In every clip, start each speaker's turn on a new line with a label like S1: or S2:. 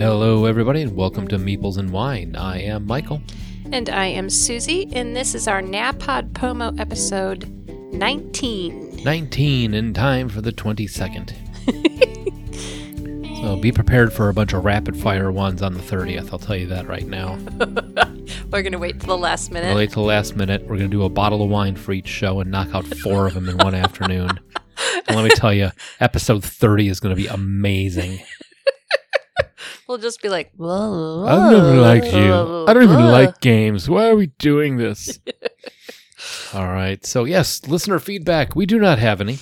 S1: everybody, and welcome to Meeples and Wine. I am Michael.
S2: And I am Susie, and this is our Napod Pomo episode 19.
S1: 19 in time for the 22nd. so be prepared for a bunch of rapid fire ones on the 30th. I'll tell you that right now.
S2: We're going to wait till the last minute.
S1: Relate to the last minute. We're going to do a bottle of wine for each show and knock out four of them in one afternoon. And let me tell you, episode 30 is going to be amazing.
S2: We'll just be like, whoa.
S1: I've never liked you.
S2: whoa,
S1: I don't even
S2: whoa."
S1: like games. Why are we doing this? All right. So, yes, listener feedback. We do not have any.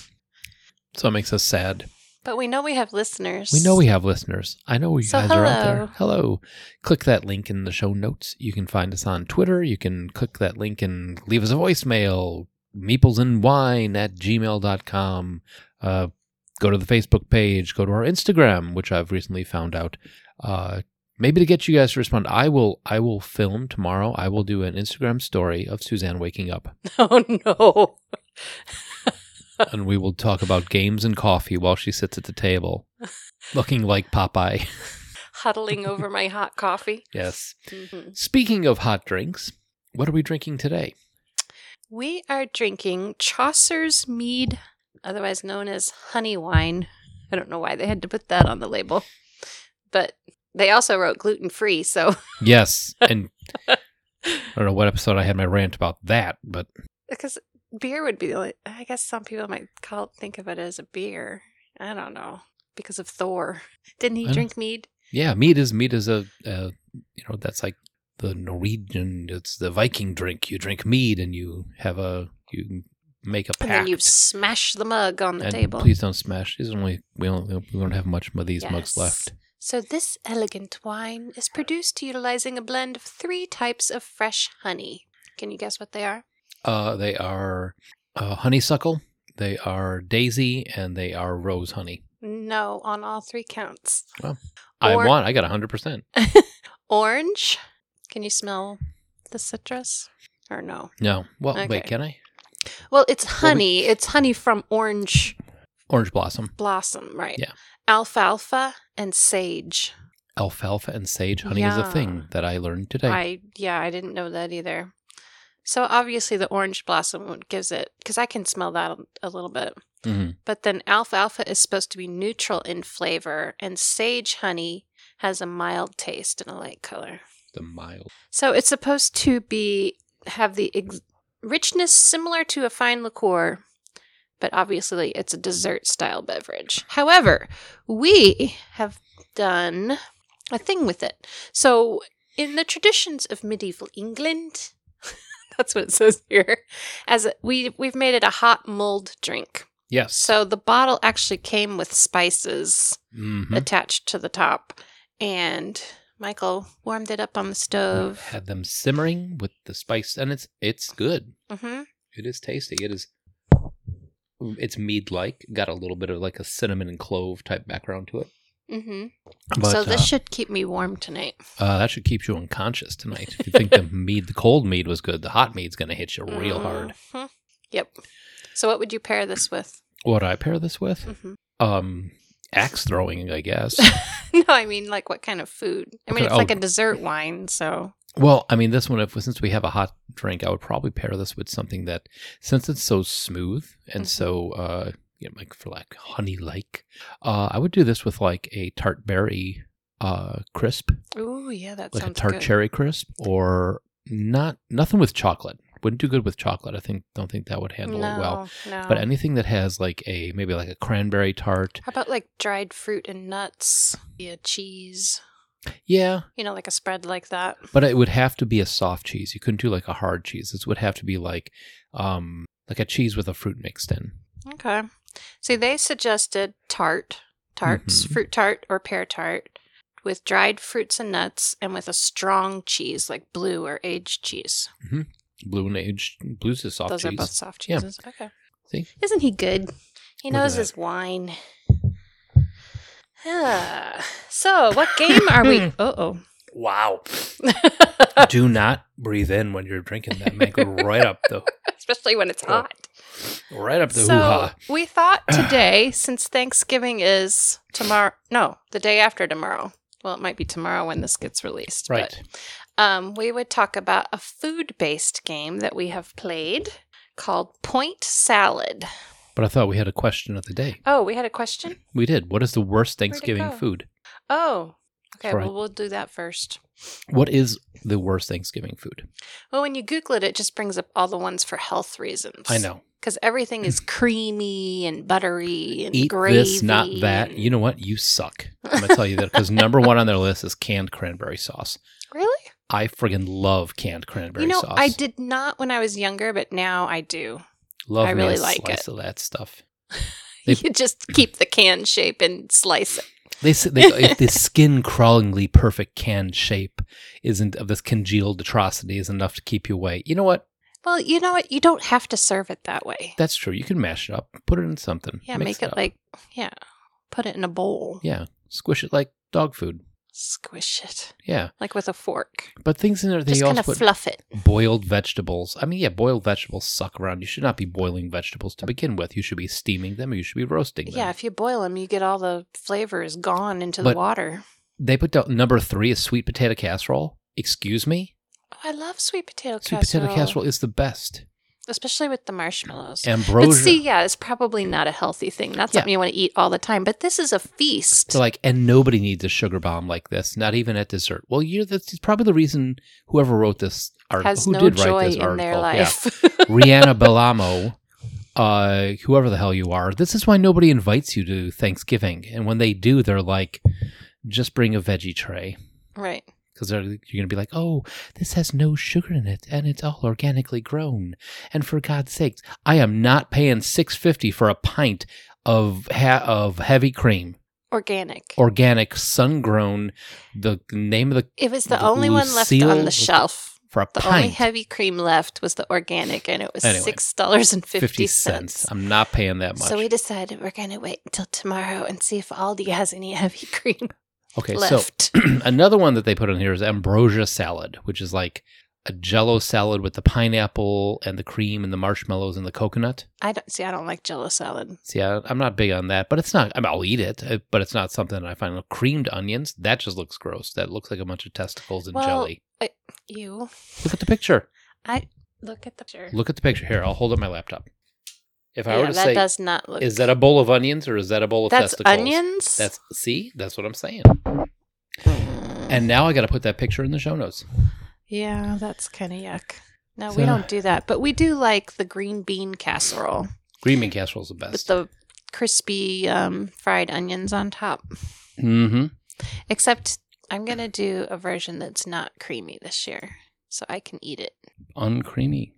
S1: So it makes us sad.
S2: But we know we have listeners.
S1: We know we have listeners. I know you
S2: So
S1: guys are out there. Hello. Click that link in the show notes. You can find us on Twitter. You can click that link and leave us a voicemail. Meeplesandwine at gmail.com. Uh, go to the Facebook page. Go to our Instagram, which I've recently found out. Uh, maybe to get you guys to respond, I will I will film tomorrow. I will do an Instagram story of Suzanne waking up.
S2: Oh, no.
S1: and we will talk about games and coffee while she sits at the table. Looking like Popeye.
S2: Huddling over my hot coffee.
S1: Yes.
S2: Mhm.
S1: Speaking of hot drinks, what are we drinking today?
S2: We are drinking Chaucer's Mead, otherwise known as honey wine. I don't know why they had to put that on the label, but they also wrote gluten free, so
S1: Yes, and I don't know what episode I had my rant about that, but
S2: because beer would be the only, I guess some people might call think of it as a beer. I don't know because of Thor. Didn't
S1: I
S2: he
S1: don't-
S2: drink mead?
S1: yeah, meat is meat is a, uh you know that's like the Norwegian, it's the Viking drink. You drink mead and you have a you make a pact.
S2: And then you smash the mug on the
S1: And
S2: table.
S1: Please don't smash. These are only we only we don't have much of these mugs
S2: Yes.
S1: left.
S2: So this elegant wine is produced utilizing a blend of three types of fresh honey. Can you guess what they are?
S1: Uh, they are uh, honeysuckle, they are daisy, and they are rose honey.
S2: No, on all three counts.
S1: I
S2: Or-
S1: want. I got hundred percent.
S2: Orange. Can you smell the citrus? Or no?
S1: No. Well,
S2: Okay.
S1: wait. Can I?
S2: Well, it's
S1: Well, we-
S2: honey. It's honey from orange
S1: Orange blossom.
S2: blossom, right?
S1: Yeah.
S2: Alfalfa and sage.
S1: alfalfa and sage honey is a
S2: Yeah.
S1: thing that I learned today.
S2: I yeah, I didn't know that either. So obviously the orange blossom one gives it because I can smell that a little bit.
S1: Mhm.
S2: But then alfalfa is supposed to be neutral in flavor, and sage honey has a mild taste and a light color.
S1: The mild.
S2: So it's supposed to be have the ex- richness similar to a fine liqueur, but obviously it's a dessert style beverage. However, we have done a thing with it. So in the traditions of medieval England, that's what it says here, as a, we we've made it a hot mulled drink.
S1: Yes.
S2: So the bottle actually came with spices
S1: hmm
S2: attached to the top, and Michael warmed it up on the stove.
S1: Had them simmering with the spice, and it's it's good.
S2: Mm-hmm.
S1: It is tasty. It is. It's mead like. Got a little bit of like a cinnamon and clove type background to it.
S2: Mm-hmm.
S1: But
S2: So this
S1: uh,
S2: should keep me warm tonight.
S1: uh, that should keep you unconscious tonight. If you think the mead, the cold mead was good, the hot mead's gonna hit you real hard.
S2: Mhm. Yep. So what would you pair this with?
S1: What do I pair this with?
S2: hmm
S1: Um, axe throwing, I guess.
S2: no, I mean like what kind of food? I mean
S1: Okay,
S2: it's
S1: oh.
S2: like a dessert wine, so
S1: Well, I mean, this one, if since we have a hot drink, I would probably pair this with something that, since it's so smooth and
S2: Mhm.
S1: so, uh, you know, like for like honey like, uh, I would do this with like a tart berry uh, crisp,
S2: ooh yeah, that
S1: like a
S2: sounds
S1: tart
S2: good.
S1: cherry crisp, or not nothing with chocolate. Wouldn't do good with chocolate. I think don't think that would handle
S2: no,
S1: it well.
S2: no.
S1: But anything that has like a maybe like a cranberry tart,
S2: How about like dried fruit and nuts? Yeah, cheese.
S1: yeah.
S2: You know, like a spread like that.
S1: But it would have to be a soft cheese. You couldn't do like a hard cheese. This would have to be like, um, like a cheese with a fruit mixed in.
S2: Okay. See, they suggested tart, tarts,
S1: Mhm.
S2: fruit tart or pear tart with dried fruits and nuts and with a strong cheese like blue or aged cheese.
S1: Blue and aged blues is soft
S2: Those are
S1: cheese.
S2: both soft
S1: Yeah.
S2: cheeses. Okay.
S1: See?
S2: Isn't he good? He
S1: Look at
S2: knows
S1: that.
S2: his wine. Ah. so, what game are we? Uh
S1: Wow.
S2: oh.
S1: Do not breathe in when you're drinking that. Make right up the
S2: Especially when it's
S1: Oh.
S2: hot.
S1: right up the hoo
S2: So
S1: ha.
S2: we thought today, since Thanksgiving is tomorrow, no, the day after tomorrow, well, it might be tomorrow when this gets released. but,
S1: Right.
S2: um, we would talk about a food based game that we have played called Point Salad.
S1: But I thought we had a question of the day.
S2: Oh, we had a question?
S1: We did. What is the worst
S2: it
S1: Thanksgiving
S2: go?
S1: food?
S2: Oh, okay.
S1: That's right.
S2: Well, we'll do that first.
S1: What is the worst Thanksgiving food?
S2: Well, when you Google it, it just brings up all the ones for health reasons.
S1: I know.
S2: Because everything is creamy and buttery and
S1: Eat
S2: gravy.
S1: this, not that.
S2: and-
S1: You know what? You suck. I'm gonna tell you that because number one on their list is canned cranberry sauce.
S2: really?
S1: I friggin' love canned cranberry
S2: You know,
S1: sauce.
S2: I did not when I was younger, but now I do.
S1: love
S2: I
S1: me a
S2: really like
S1: slice of that stuff. They-
S2: You just keep the can shape and slice it.
S1: They s- they if this skin crawlingly perfect canned shape isn't of this congealed atrocity is enough to keep you away. You know what?
S2: Well, you know what? You don't have to serve it that way.
S1: That's true. You can mash it up, put it in something.
S2: Yeah,
S1: mix
S2: make it
S1: up.
S2: like yeah. Put it in a bowl.
S1: yeah, squish it like dog food.
S2: Squish it
S1: Yeah,
S2: like with a fork.
S1: but things in there they
S2: Just kind
S1: also put
S2: of fluff it.
S1: boiled vegetables. I mean, yeah, boiled vegetables suck around. You should not be boiling vegetables to begin with. You should be steaming them or you should be roasting them.
S2: Yeah, if you boil them, you get all the flavors gone into
S1: But-
S2: the water.
S1: They put down number three is sweet potato casserole. Excuse me?
S2: Oh, I love sweet potato
S1: Sweet
S2: casserole.
S1: potato casserole is the best.
S2: especially with the marshmallows.
S1: Ambrosia.
S2: But see, yeah, it's probably not a healthy thing. Not
S1: Yeah.
S2: something you want to eat all the time. But this is a feast.
S1: So like, and nobody needs a sugar bomb like this, not even at dessert. Well, you that's probably the reason whoever wrote this article
S2: Has
S1: who
S2: no
S1: did
S2: joy
S1: write this
S2: in
S1: article,
S2: their
S1: yeah.
S2: life.
S1: Rihanna Bellamo, uh, whoever the hell you are, this is why nobody invites you to Thanksgiving. And when they do, they're like, just bring a veggie tray.
S2: right.
S1: Because you're going to be like, oh, this has no sugar in it, and it's all organically grown. And for God's sakes, I am not paying six fifty for a pint of ha- of heavy cream,
S2: Organic.
S1: organic, sun grown. The name of the
S2: it was the
S1: the
S2: only one left on
S1: Lucille-
S2: the shelf.
S1: for a
S2: The
S1: pint
S2: only heavy cream left was the organic, and it was
S1: Anyway,
S2: six dollars and
S1: fifty cents. I'm not paying that much.
S2: So we decided we're going to wait until tomorrow and see if Aldi has any heavy cream
S1: okay, so
S2: left.
S1: another one that they put on here is ambrosia salad, which is like a jello salad with the pineapple and the cream and the marshmallows and the coconut.
S2: I don't see. I don't like Jello salad.
S1: See, I, I'm not big on that, but it's not. I mean, I'll eat it, uh, but it's not something that I find. Creamed onions, that just looks gross. That looks like a bunch of testicles and
S2: Well-
S1: jelly.
S2: You
S1: Look at the picture.
S2: look at the picture.
S1: Look at the picture here. I'll hold up my laptop. If I
S2: yeah,
S1: were to
S2: that
S1: say,
S2: does not look.
S1: is that a bowl of onions or is that a bowl of
S2: that's
S1: testicles?
S2: onions?
S1: That's see, that's what I'm saying.
S2: Mm.
S1: And now I got to put that picture in the show notes.
S2: yeah, that's kind of yuck. No,
S1: So-
S2: we don't do that, but we do like the green bean casserole
S1: Green bean casserole is the
S2: with
S1: best.
S2: the crispy um, fried onions on top.
S1: mm-hmm.
S2: Except I'm gonna do a version that's not creamy this year, so I can eat it.
S1: Uncreamy.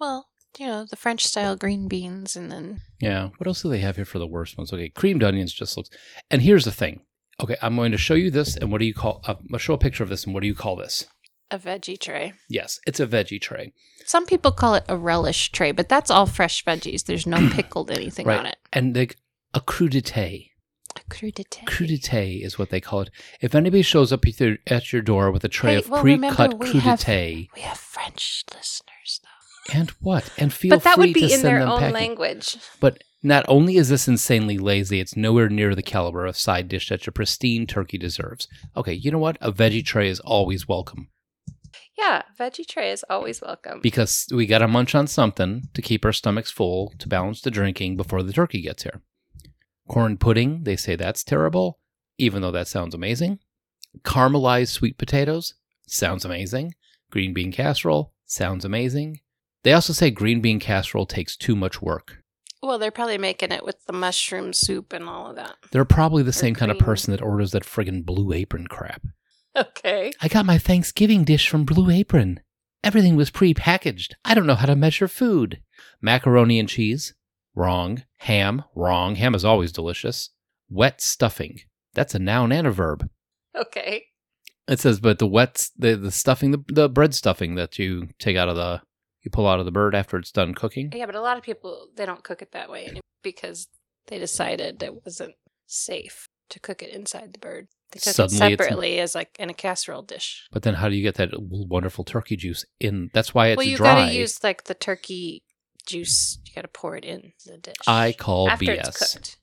S2: Well, you know the French style green beans, and then
S1: Yeah. What else do they have here for the worst ones? Okay, creamed onions just looks. And here's the thing. Okay, I'm going to show you this, and what do you call? uh, I'm going to show a picture of this, and what do you call this?
S2: a veggie tray.
S1: Yes, it's a veggie tray,
S2: Some people call it a relish tray, but that's all fresh veggies. There's no pickled anything
S1: Right.
S2: on it.
S1: and like a crudité.
S2: A crudité.
S1: Crudité is what they call it. If anybody shows up at your, at your door with a tray
S2: Hey,
S1: of
S2: well, remember,
S1: pre-cut
S2: we have-
S1: crudité,
S2: we have French listeners, though.
S1: and what? And feel
S2: but that
S1: free
S2: would be
S1: to
S2: in
S1: send
S2: their
S1: them
S2: own
S1: packing.
S2: language.
S1: But not only is this insanely lazy, it's nowhere near the caliber of side dish that your pristine turkey deserves. Okay, you know what? A veggie tray is always welcome
S2: Yeah, veggie tray is always welcome.
S1: because we got to munch on something to keep our stomachs full to balance the drinking before the turkey gets here. Corn pudding, they say that's terrible, even though that sounds amazing. Caramelized sweet potatoes sounds amazing. Green bean casserole sounds amazing. They also say green bean casserole takes too much work.
S2: well, they're probably making it with the mushroom soup and all of that.
S1: They're probably the same kind of
S2: cream.
S1: person that orders that friggin' Blue Apron crap.
S2: Okay.
S1: I got my Thanksgiving dish from Blue Apron. Everything was pre-packaged. I don't know how to measure food. Macaroni and cheese? Wrong. Ham? Wrong. Ham is always delicious. Wet stuffing. That's a noun and a verb.
S2: Okay.
S1: It says, but the wet, the, the stuffing, the, the bread stuffing that you take out of the, you pull out of the bird after it's done cooking.
S2: Yeah, but a lot of people they don't cook it that way anymore because they decided it wasn't safe to cook it inside the bird. They cook
S1: Suddenly
S2: it
S1: it's-
S2: separately as like in a casserole dish.
S1: But then how do you get that wonderful turkey juice in? That's why it's
S2: well, you
S1: dry.
S2: gotta use like the turkey juice. You gotta pour it in the dish.
S1: I call
S2: after
S1: BS.
S2: it's cooked.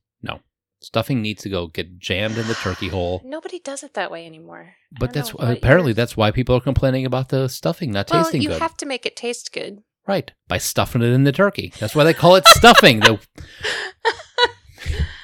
S1: Stuffing needs to go get jammed in the turkey hole.
S2: Nobody does it that way anymore. I
S1: But
S2: don't
S1: that's
S2: know what
S1: apparently
S2: yours-
S1: that's why people are complaining about the stuffing not
S2: well,
S1: tasting
S2: you
S1: good.
S2: have to make it taste good.
S1: Right. By stuffing it in the turkey. That's why they call it stuffing. The,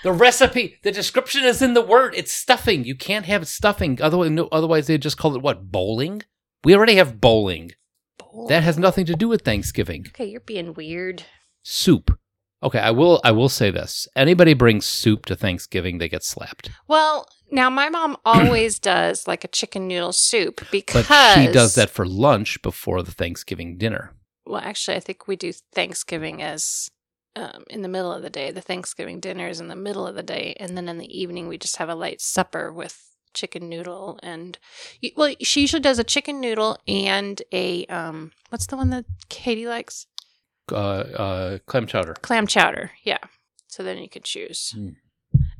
S1: the recipe, the description is in the word. It's stuffing. You can't have stuffing. Otherwise, no, otherwise they just call it what? Bowling? We already have bowling.
S2: Bowl.
S1: That has nothing to do with Thanksgiving.
S2: Okay, you're being weird.
S1: Soup. Okay, I will I will say this. Anybody brings soup to Thanksgiving, they get slapped.
S2: Well, now my mom always does like a chicken noodle soup because
S1: But she does that for lunch before the Thanksgiving dinner.
S2: Well, actually, I think we do Thanksgiving as um, in the middle of the day. The Thanksgiving dinner is in the middle of the day, and then in the evening we just have a light supper with chicken noodle and y- well, she usually does a chicken noodle and a um, what's the one that Katie likes?
S1: Uh, uh, clam chowder.
S2: Clam chowder. Yeah. So then you could choose,
S1: Hmm.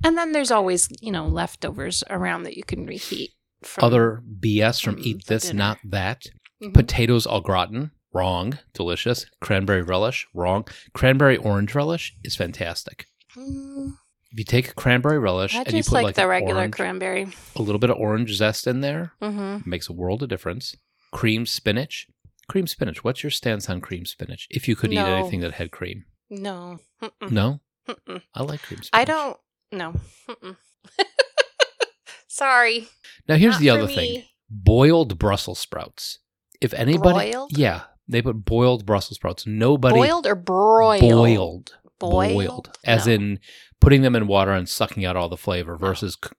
S2: and then there's always you know leftovers around that you can reheat. From
S1: Other BS from
S2: Mhm,
S1: eat
S2: the
S1: this,
S2: dinner.
S1: not that.
S2: Mhm.
S1: Potatoes au gratin, wrong. Delicious. Cranberry relish, wrong. Cranberry orange relish is fantastic.
S2: Mm,
S1: If you take a cranberry relish
S2: I
S1: and you
S2: just
S1: put
S2: like,
S1: like,
S2: the
S1: an
S2: regular
S1: orange-
S2: cranberry.
S1: a little bit of orange zest in there,
S2: hmm
S1: makes a world of difference. Cream spinach. Cream spinach. What's your stance on cream spinach? If you could eat
S2: No.
S1: anything that had cream.
S2: No. Mm-mm.
S1: No?
S2: Mm-mm.
S1: I like cream spinach.
S2: I don't. No. Mm-mm. Sorry.
S1: Now here's
S2: not
S1: the
S2: for
S1: other thing.
S2: me.
S1: Boiled Brussels sprouts. If anybody
S2: Broiled?
S1: Yeah. They put boiled Brussels sprouts. Nobody
S2: boiled or broiled?
S1: boiled.
S2: Boiled?
S1: as
S2: No. Oh.
S1: in putting them in water and sucking out all the flavor versus c-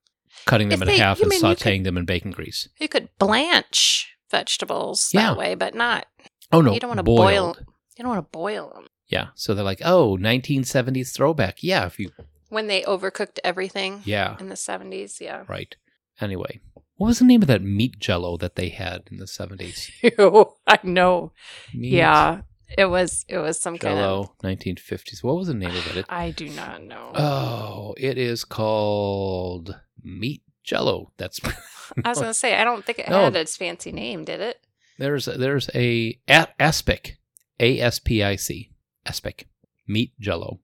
S1: cutting them
S2: If
S1: in
S2: they-
S1: half
S2: you
S1: and
S2: mean you
S1: sauteing
S2: could-
S1: them in bacon grease.
S2: You could blanch vegetables
S1: Yeah.
S2: that way, but not.
S1: Oh no,
S2: you don't want to boil.
S1: boiled.
S2: You don't want to boil them
S1: Yeah, so they're like, oh, 1970s throwback. Yeah, if you,
S2: when they overcooked everything
S1: yeah,
S2: in the seventies. Yeah.
S1: right. Anyway, what was the name of that meat jello that they had in the 70s?
S2: I know.
S1: Meat
S2: Yeah. It was. It was some
S1: jello, 1950s. What was the name of
S2: kind
S1: it?
S2: of. I do not know.
S1: Oh, it is called meat jello. That's
S2: I was gonna say I don't think it
S1: oh. No.
S2: had its fancy name, did it?
S1: There's there's a at aspic, a s p i c, aspic, meat jello.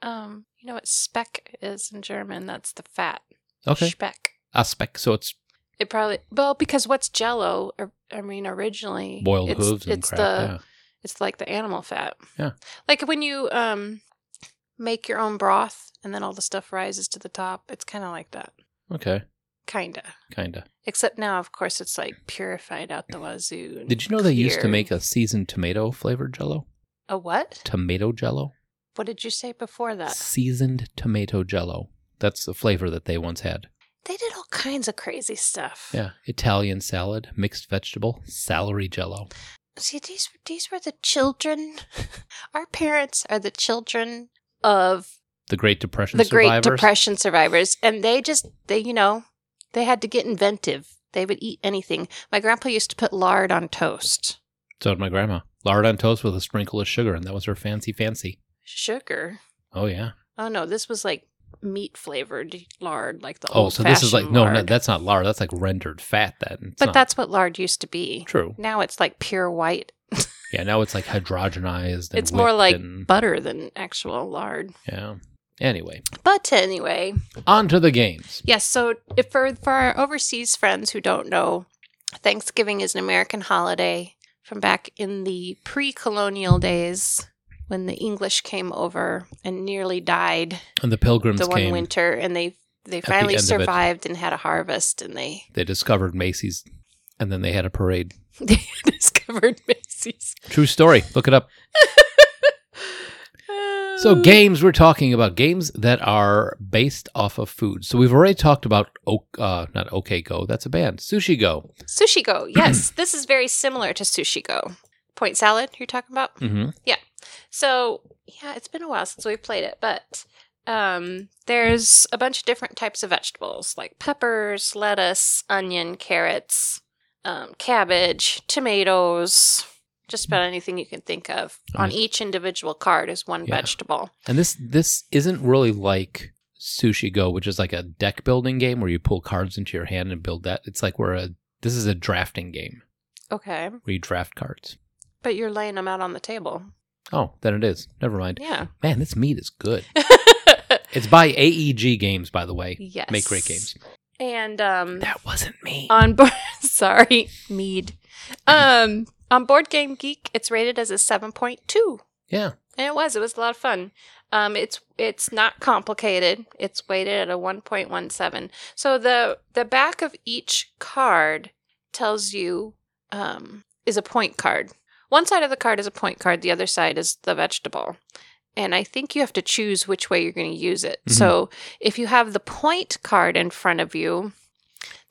S2: Um, you know what speck is in German? That's the fat.
S1: Okay,
S2: Speck.
S1: aspic. So it's
S2: It probably well because what's Jello? or- I mean, originally
S1: boiled
S2: it's,
S1: hooves and
S2: it's
S1: crap.
S2: the it's like the animal fat.
S1: Yeah.
S2: like when you um make your own broth and then all the stuff rises to the top. It's kind of like that,
S1: yeah. Okay,
S2: kinda.
S1: kinda.
S2: Except now, of course, it's like purified out the wazoo. and
S1: Did you know they used to
S2: clear.
S1: make a seasoned tomato flavored jello?
S2: a what?
S1: Tomato jello,
S2: What did you say before that?
S1: seasoned tomato jello. That's the flavor that they once had.
S2: They did all kinds of crazy stuff.
S1: Yeah, Italian salad, mixed vegetable, celery jello.
S2: See, these these were the children. Our parents are the children of
S1: The Great Depression
S2: the
S1: survivors.
S2: Great Depression survivors, and they just they you know they had to get inventive. They would eat anything. My grandpa used to put lard on toast.
S1: So did my grandma. Lard on toast with a sprinkle of sugar, and that was her fancy fancy.
S2: Sugar?
S1: Oh yeah.
S2: Oh no, this was like meat flavored lard, like the
S1: Oh,
S2: old
S1: so this is like
S2: fashioned
S1: no,
S2: lard.
S1: no, that's not lard. That's like rendered fat. Then It's
S2: but
S1: not
S2: that's what lard used to be.
S1: true.
S2: Now it's like pure white.
S1: Yeah, now it's like hydrogenized. And
S2: it's more
S1: whipped
S2: like
S1: and-
S2: butter than actual lard.
S1: yeah. Anyway,
S2: But anyway,
S1: on to the games.
S2: Yes. So, if for for our overseas friends who don't know, Thanksgiving is an American holiday from back in the pre-colonial days when the English came over and nearly died
S1: And the pilgrims
S2: the one
S1: came.
S2: winter, and they they
S1: the
S2: finally
S1: end of it.
S2: survived and had a harvest, and they
S1: They discovered Macy's, and then they had a parade.
S2: they discovered Macy's.
S1: True story. Look it up. So games we're talking about games that are based off of food. So we've already talked about o- uh, not OK Go. That's a band. Sushi Go.
S2: Sushi Go. Yes, this is very similar to Sushi Go. Point salad. You're talking about.
S1: Mm-hmm.
S2: So yeah, it's been a while since we played it, but um, there's a bunch of different types of vegetables like peppers, lettuce, onion, carrots, um, cabbage, tomatoes, just about anything you can think of. On
S1: Mm. Nice.
S2: each individual card is one
S1: Yeah.
S2: vegetable.
S1: And this this isn't really like Sushi Go, which is like a deck building game where you pull cards into your hand and build that. It's like we're a this is a drafting game
S2: Okay,
S1: where you draft cards.
S2: but you're laying them out on the table.
S1: Oh, then it is. Never mind.
S2: Yeah.
S1: Man, this meat is good. It's by AEG Games, by the way.
S2: Yes.
S1: Make great games.
S2: And um
S1: That wasn't me.
S2: on board sorry, mead. Um on Board Game Geek, it's rated as a 7.2.
S1: Yeah.
S2: And it was. It was a lot of fun. Um, it's it's not complicated. It's weighted at a one point one seven. So the the back of each card tells you um, is a point card. One side of the card is a point card. The other side is the vegetable. And I think you have to choose which way you're going to use it.
S1: Mhm.
S2: So if you have the point card in front of you,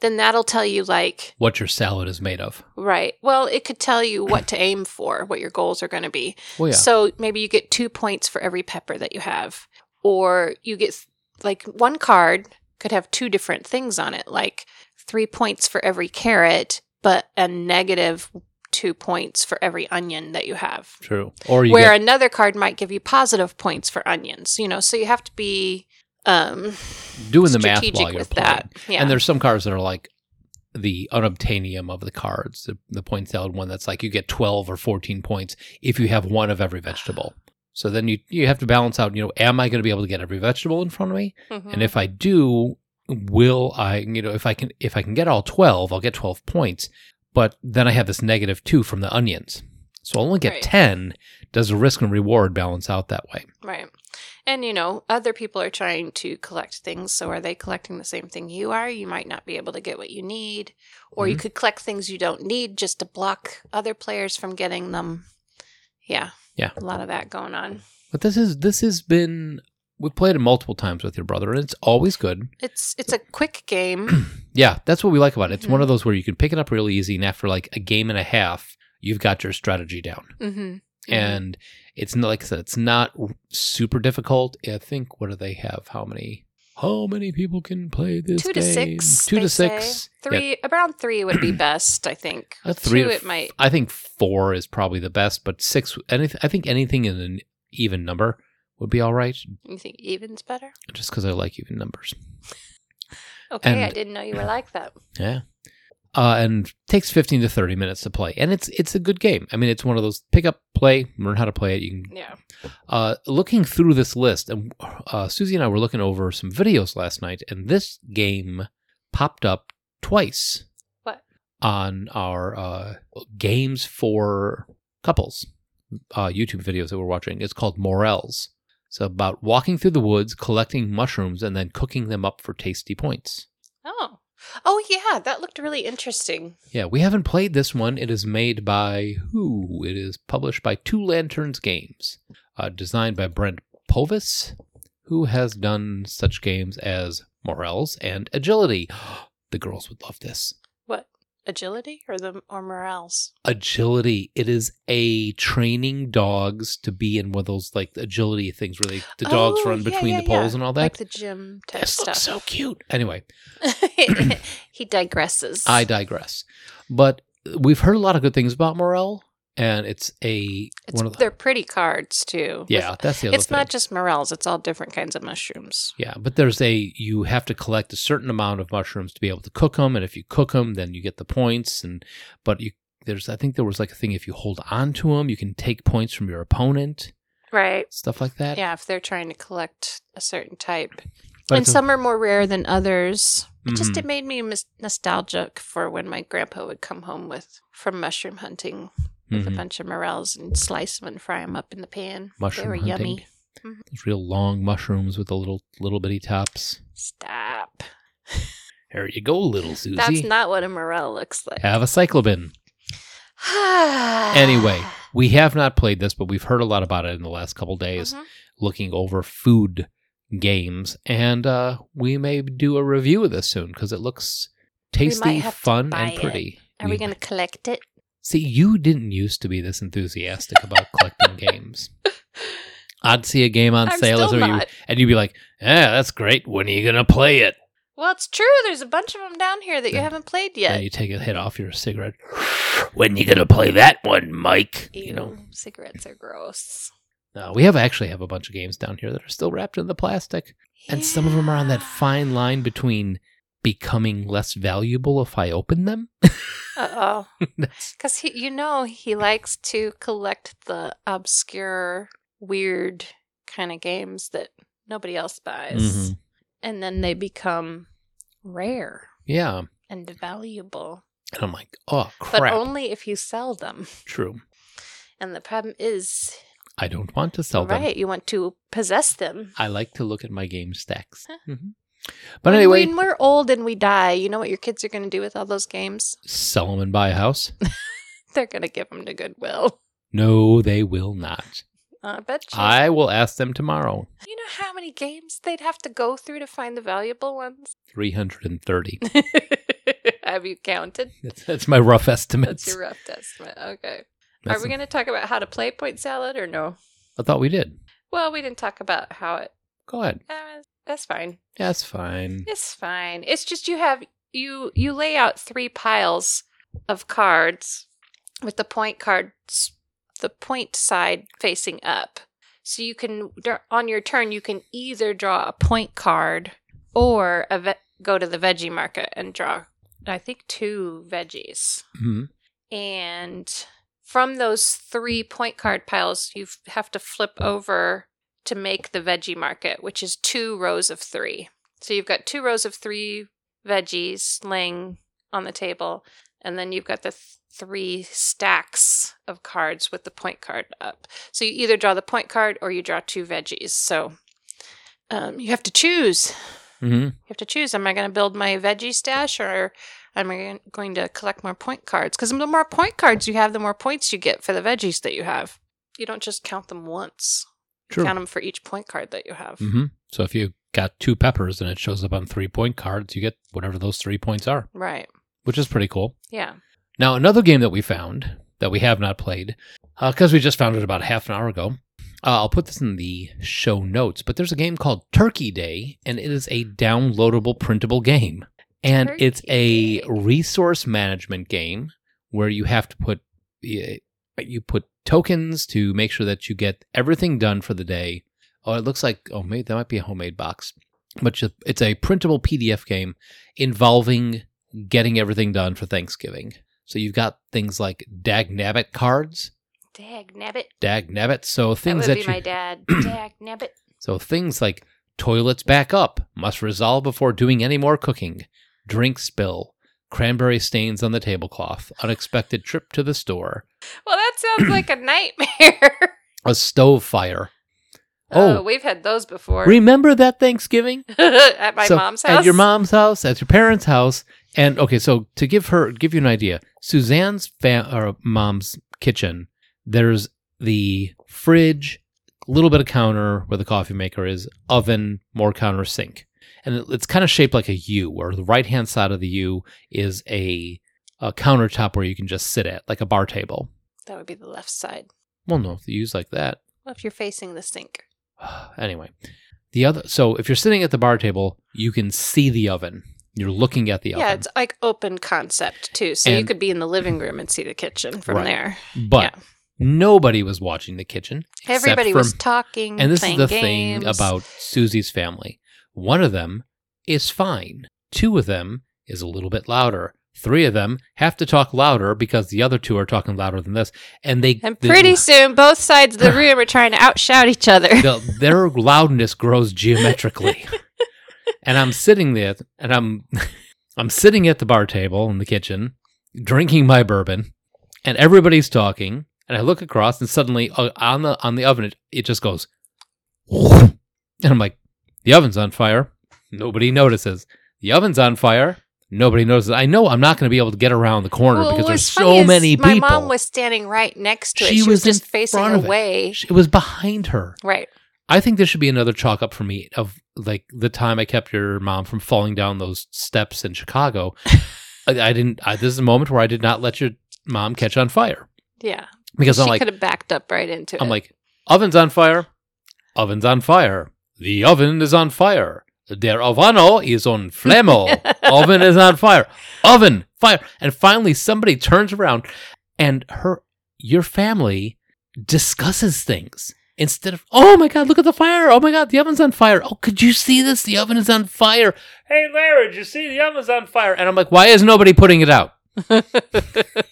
S2: then that'll tell you like
S1: What your salad is made of.
S2: right. Well, it could tell you what to aim for, what your goals are going to be.
S1: Well, yeah.
S2: So maybe you get two points for every pepper that you have, or you get like one card could have two different things on it, like three points for every carrot, but a negative two points for every onion that you have.
S1: True. Or you
S2: Where
S1: get,
S2: another card might give you positive points for onions, you know. So you have to be um,
S1: doing the math
S2: strategic
S1: while you're
S2: with
S1: playing.
S2: that. Yeah.
S1: And there's some cards that are like the unobtainium of the cards, the, the point salad one that's like you get 12 or 14 points if you have one of every vegetable. So then you, you have to balance out, you know, am I going to be able to get every vegetable in front of me?
S2: Mhm.
S1: And if I do, will I, you know, if I can if I can get all 12, I'll get 12 points, but then I have this negative 2 from the onions. So I'll only get
S2: Right.
S1: 10. Does the risk and reward balance out that way?
S2: Right. And you know, other people are trying to collect things, so are they collecting the same thing you are? You might not be able to get what you need, or you
S1: Mhm.
S2: could collect things you don't need just to block other players from getting them. Yeah.
S1: Yeah.
S2: A lot of that going on.
S1: But this is this has been we've played it multiple times with your brother and it's always good.
S2: It's it's a quick game.
S1: Yeah, that's what we like about it. It's one of those where you can pick it up really easy, and after like a game and a half, you've got your strategy down.
S2: mm-hmm.
S1: And it's not like I said, it's not r- super difficult. I think what do they have? How many? How many people can play this?
S2: two to
S1: game?
S2: six.
S1: Two
S2: they
S1: to
S2: say.
S1: six. Yeah,
S2: Three around three would be best, I think.
S1: a three
S2: Two
S1: to
S2: it
S1: f-
S2: might
S1: I think four is probably the best, but six. Anything, I think anything in an even number would be all right,
S2: you think even's better?
S1: just because I like even numbers.
S2: Okay, I
S1: And-
S2: didn't know you were like that.
S1: Yeah. Uh, and takes 15 to 30 minutes to play. And it's it's a good game. I mean, it's one of those pick up, play, learn how to play it. You can
S2: Yeah.
S1: uh, looking through this list, and uh, Susie and I were looking over some videos last night, and this game popped up twice.
S2: What?
S1: On our uh, games for couples uh, YouTube videos that we're watching. It's called Morels. It's about walking through the woods, collecting mushrooms, and then cooking them up for tasty points.
S2: Oh. Oh yeah, that looked really interesting.
S1: Yeah, we haven't played this one. It is made by who? It is published by Two Lanterns Games, uh, designed by Brent Povis, who has done such games as Morels and Agility. the girls would love this.
S2: What agility or the or morales?
S1: Agility. It is a training dogs to be in one of those like agility things where they the dogs
S2: Oh,
S1: run
S2: yeah,
S1: between
S2: yeah,
S1: the poles
S2: yeah.
S1: and all that.
S2: like the gym type
S1: this
S2: stuff.
S1: looks so cute. Anyway,
S2: he digresses.
S1: I digress. But we've heard a lot of good things about Morel, and it's a
S2: It's-
S1: one of the
S2: they're pretty cards too.
S1: yeah. That's the other
S2: it's
S1: thing.
S2: not just morels; it's all different kinds of mushrooms.
S1: yeah, but there's a you have to collect a certain amount of mushrooms to be able to cook them, and if you cook them, then you get the points. And but you there's I think there was like a thing if you hold on to them, you can take points from your opponent,
S2: Right.
S1: stuff like that.
S2: Yeah, if they're trying to collect a certain type,
S1: but
S2: and
S1: it's a-
S2: some are more rare than others. It just
S1: Mhm.
S2: it made me mis- nostalgic for when my grandpa would come home with from mushroom hunting with a
S1: mhm.
S2: bunch of morels and slice them and fry them up in the pan.
S1: Mushroom
S2: they were
S1: hunting.
S2: yummy.
S1: Those real long mushrooms with the little little bitty tops.
S2: Stop.
S1: There you go, little Susie.
S2: That's not what a morel looks like.
S1: have a cyclobin. Anyway,
S2: Mm-hmm.
S1: we have not played this, but we've heard a lot about it in the last couple days,
S2: Mhm.
S1: looking over food games, and uh, we may do a review of this soon because it looks tasty,
S2: have to
S1: fun,
S2: buy
S1: and
S2: it.
S1: pretty.
S2: are we going to collect it?
S1: see? You didn't used to be this enthusiastic about collecting games. I'd see a game on
S2: I'm
S1: sale,
S2: still
S1: so you,
S2: not.
S1: and you'd be like, "Yeah, that's great. When are you gonna play it?"
S2: Well, it's true. There's a bunch of them down here that you
S1: Yeah.
S2: haven't played
S1: And
S2: yet.
S1: you take a hit off your cigarette. When you gonna play that one, Mike? You know.
S2: Ew, cigarettes are gross.
S1: No, we have actually have a bunch of games down here that are still wrapped in the plastic, and some of them are on that
S2: Yeah.
S1: fine line between becoming less valuable if I open them.
S2: Uh oh.
S1: That's-
S2: Because he, you know, he likes to collect the obscure, weird kind of games that nobody else buys.
S1: Mhm.
S2: And then they become rare
S1: Yeah. And
S2: and valuable,
S1: I'm like, oh, crap.
S2: but only if you sell them.
S1: True.
S2: And the problem is,
S1: I don't want to sell them.
S2: right, you want to possess them.
S1: I like to look at my game stacks.
S2: Huh.
S1: Mhm. But
S2: when,
S1: anyway,
S2: when we're old and we die, you know what your kids are going to do with all those games?
S1: sell them and buy a house?
S2: They're going to give them to Goodwill.
S1: No, they will not.
S2: I bet you.
S1: I will ask them tomorrow.
S2: you know how many games they'd have to go through to find the valuable ones?
S1: 330.
S2: have you counted?
S1: That's, that's my rough
S2: That's
S1: estimates.
S2: your rough estimate. Okay.
S1: That's-
S2: Are we going to talk about how to play point salad or no?
S1: I thought we did.
S2: Well, we didn't talk about how it.
S1: Go ahead.
S2: Uh, that's fine.
S1: That's fine.
S2: It's fine. It's just you have you you lay out three piles of cards with the point cards the point side facing up. So you can dur- on your turn you can either draw a point card or a ve- go to the veggie market and draw I think two veggies.
S1: Mhm.
S2: And from those three point card piles you f- have to flip over to make the veggie market, which is two rows of 3. So you've got two rows of three veggies laying on the table, and then you've got the th- three stacks of cards with the point card up. So you either draw the point card or you draw two veggies. So um, you have to choose.
S1: Mhm.
S2: You have to choose. Am I going to build my veggie stash or am I gon- going to collect more point cards? Because the more point cards you have, the more points you get for the veggies that you have. You don't just count them once.
S1: True.
S2: Count them for each point card that you have.
S1: hmm So if you got two peppers and it shows up on three point cards, you get whatever those three points are,
S2: Right.
S1: which is pretty cool.
S2: Yeah.
S1: Now, another game that we found that we have not played, because we just found it about half an hour ago, uh, I'll put this in the show notes, but there's a game called Turkey Day, and it is a downloadable, printable game. And it's
S2: Turkey
S1: a
S2: Day.
S1: resource management game where you have to put y- you put tokens to make sure that you get everything done for the day. Oh, it looks like oh, maybe that might be a homemade box, but ju- it's a printable PDF game involving getting everything done for Thanksgiving. So you've got things like Dag Nabbit cards,
S2: Dag nabbit.
S1: Dag Nabbit. So things
S2: that would
S1: that,
S2: be
S1: you
S2: my dad. Dag nabbit.
S1: so things like toilets back up must resolve before doing any more cooking, drink spill, cranberry stains on the tablecloth, unexpected trip to the store,
S2: Well, that sounds like a nightmare.
S1: a stove fire. Oh,
S2: we've had those before
S1: remember that Thanksgiving?
S2: at my
S1: So,
S2: mom's house.
S1: At your mom's house, at your parents' house. And okay, so to give her give you an idea, Suzanne's fa- or mom's kitchen, there's the fridge, a little bit of counter where the coffee maker is, oven, more counter, sink. And it- it's kind of shaped like a U, where the right hand side of the U is a, a countertop where you can just sit at, like a bar table.
S2: That would be the left side.
S1: Well, no, if the U's like that,
S2: Well, if you're facing the sink.
S1: anyway, the other. So if you're sitting at the bar table, you can see the oven. You're looking at the
S2: Yeah,
S1: oven.
S2: it's like open concept too. So you
S1: And-
S2: could be in the living room and see the kitchen from
S1: Right.
S2: there.
S1: but nobody was watching the kitchen. except
S2: Everybody
S1: for-
S2: was talking.
S1: And this is
S2: playing
S1: the
S2: games.
S1: thing about Susie's family. One of them is fine. Two of them is a little bit louder. Three of them have to talk louder because the other two are talking louder than this. And they
S2: And
S1: they-
S2: pretty soon, both sides of the room are trying to outshout each other.
S1: the, their loudness grows geometrically. and I'm sitting there, and I'm I'm sitting at the bar table in the kitchen, drinking my bourbon, and everybody's talking. And I look across, and suddenly uh, on the on the oven, it, it just goes, and I'm like, the oven's on fire. Nobody notices. The oven's on fire. Nobody notices. I know I'm not going to be able to get around the corner
S2: Well,
S1: because
S2: what's
S1: there's
S2: funny
S1: so
S2: is
S1: many people.
S2: My mom was standing right next to it.
S1: She
S2: She, was,
S1: was in
S2: just facing
S1: front of it.
S2: away.
S1: it was behind her.
S2: Right.
S1: I think there should be another chalk up for me of like the time I kept your mom from falling down those steps in Chicago. I, I didn't. I, this is a moment where I did not let your mom catch on fire
S2: Yeah.
S1: because I'm
S2: she
S1: like,
S2: could have backed up right into it.
S1: I'm like, oven's on fire, oven's on fire, the oven is on fire, der ovano is on flamo, oven is on fire, oven fire, and finally somebody turns around, and her your family discusses things instead of oh my god look at the fire oh my god the oven's on fire oh could you see this the oven is on fire hey Larry did you see the oven's on fire and I'm like why is nobody putting it out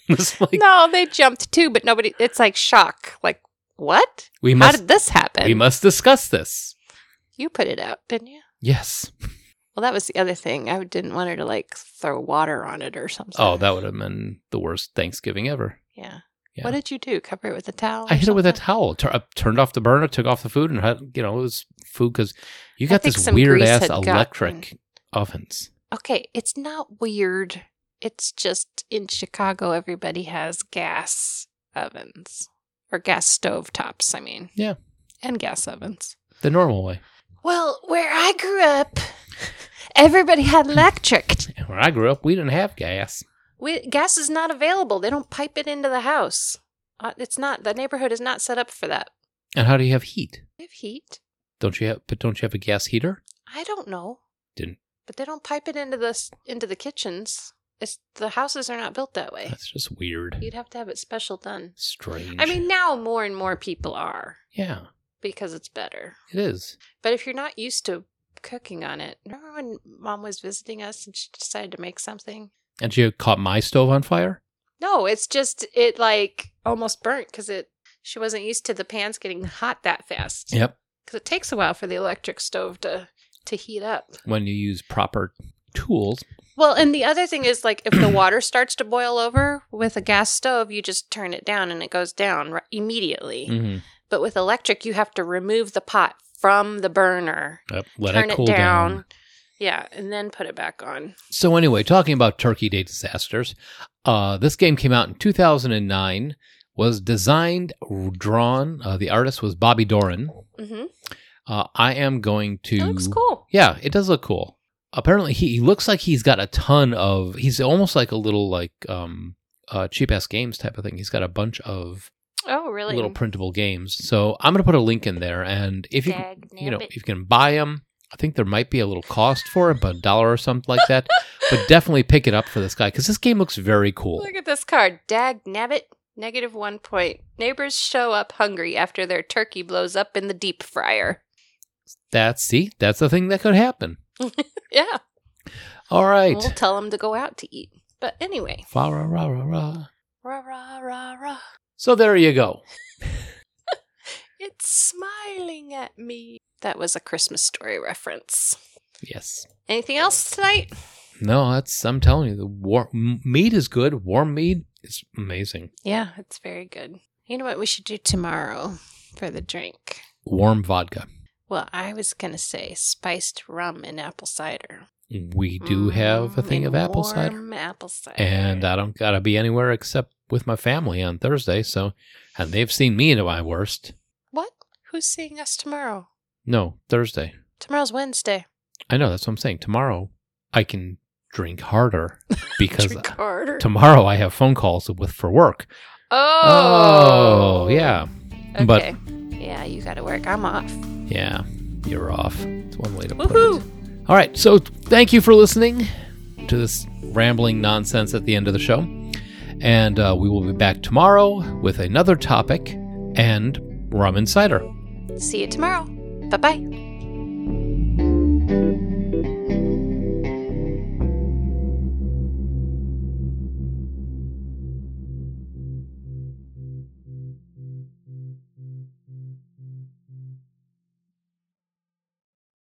S1: It's like,
S2: no, they jumped too, but nobody. It's like shock. Like what?
S1: we
S2: How
S1: must
S2: did this happen?
S1: we must discuss this
S2: You put it out, didn't you?
S1: Yes.
S2: Well, that was the other thing. I didn't want her to like throw water on it or something.
S1: Oh, that would have been the worst Thanksgiving ever.
S2: Yeah.
S1: Yeah.
S2: What did you do? Cover it with a towel?
S1: I
S2: or
S1: hit it with a
S2: Oh, something?
S1: towel, tur- uh, turned off the burner, took off the food, and had, you know it was food because you got
S2: think
S1: this
S2: some
S1: weird
S2: grease
S1: ass
S2: had gotten-
S1: electric ovens.
S2: Okay, it's not weird. It's just in Chicago, everybody has gas ovens or gas stove tops. I mean,
S1: Yeah.
S2: and gas ovens.
S1: The normal way.
S2: Well, where I grew up, everybody had electric.
S1: And When I grew up, we didn't have gas.
S2: We, gas is not available. They don't pipe it into the house. Uh, it's not. The neighborhood is not set up for that.
S1: And how do you have heat?
S2: They have heat.
S1: Don't you have? But don't you have a gas heater?
S2: I don't know.
S1: Didn't.
S2: But they don't pipe it into the s- into the kitchens. It's the houses are not built that way.
S1: That's just weird.
S2: You'd have to have it special done.
S1: Strange.
S2: Eh. I mean, now more and more people are
S1: yeah,
S2: because it's better.
S1: it is.
S2: But if you're not used to cooking on it, remember when mom was visiting us and she decided to make something?
S1: And you caught my stove on fire.
S2: No, it's just it like almost burnt because it she wasn't used to the pans getting hot that fast.
S1: Yep.
S2: because it takes a while for the electric stove to to heat up.
S1: When you use proper tools,
S2: Well, and the other thing is like if the water starts to boil over with a gas stove, you just turn it down and it goes down ri- immediately.
S1: mm-hmm.
S2: But with electric, you have to remove the pot from the burner,
S1: yep. let
S2: turn
S1: it cool
S2: it down.
S1: down.
S2: Yeah, and then put it back on.
S1: So anyway, talking about Turkey Day disasters, uh, this game came out in 2009. Was designed, drawn. Uh, the artist was Bobby Doran.
S2: Mm-hmm.
S1: Uh, I am going to.
S2: It looks cool.
S1: Yeah, it does look cool. Apparently, he, he looks like he's got a ton of. He's almost like a little like um, uh, cheap ass games type of thing. He's got a bunch of
S2: Oh, really?
S1: little printable games. So I'm gonna put a link in there, and if you can,
S2: Dag
S1: you know
S2: nabbit.
S1: if you can buy them, I think there might be a little cost for it, but a dollar or something like that. but definitely pick it up for this guy because this game looks very cool.
S2: Look at this card. Dag nabbit. Negative one point. Neighbors show up hungry after their turkey blows up in the deep fryer.
S1: That's see, that's the thing that could happen.
S2: Yeah.
S1: All right.
S2: We'll tell them to go out to eat. But anyway,
S1: Fa ra ra ra ra.
S2: rah rah rah rah.
S1: So there you go.
S2: It's smiling at me. That was a Christmas story reference.
S1: Yes.
S2: Anything else tonight?
S1: No, that's I'm telling you, the warm m- meat is good. Warm meat is amazing.
S2: Yeah, it's very good. You know what we should do tomorrow for the drink?
S1: Warm vodka.
S2: Well, I was going to say spiced rum and apple cider.
S1: We do have a
S2: Mm,
S1: thing of
S2: and
S1: apple cider,
S2: warm Apple cider.
S1: and uh, I don't gotta be anywhere except with my family on Thursday. So, and they've seen me at my worst.
S2: what? Who's seeing us tomorrow?
S1: No, Thursday.
S2: Tomorrow's Wednesday.
S1: I know that's what I'm saying. Tomorrow, I can drink harder because
S2: Drink harder.
S1: tomorrow I have phone calls with for work.
S2: oh.
S1: Oh, yeah,
S2: Okay.
S1: but-
S2: yeah, you got to work. I'm off.
S1: yeah, you're off. It's one way to put it.
S2: Woohoo!
S1: All right. So thank you for listening to this rambling nonsense at the end of the show. And uh, we will be back tomorrow with another topic and rum and cider.
S2: See you tomorrow. Bye bye.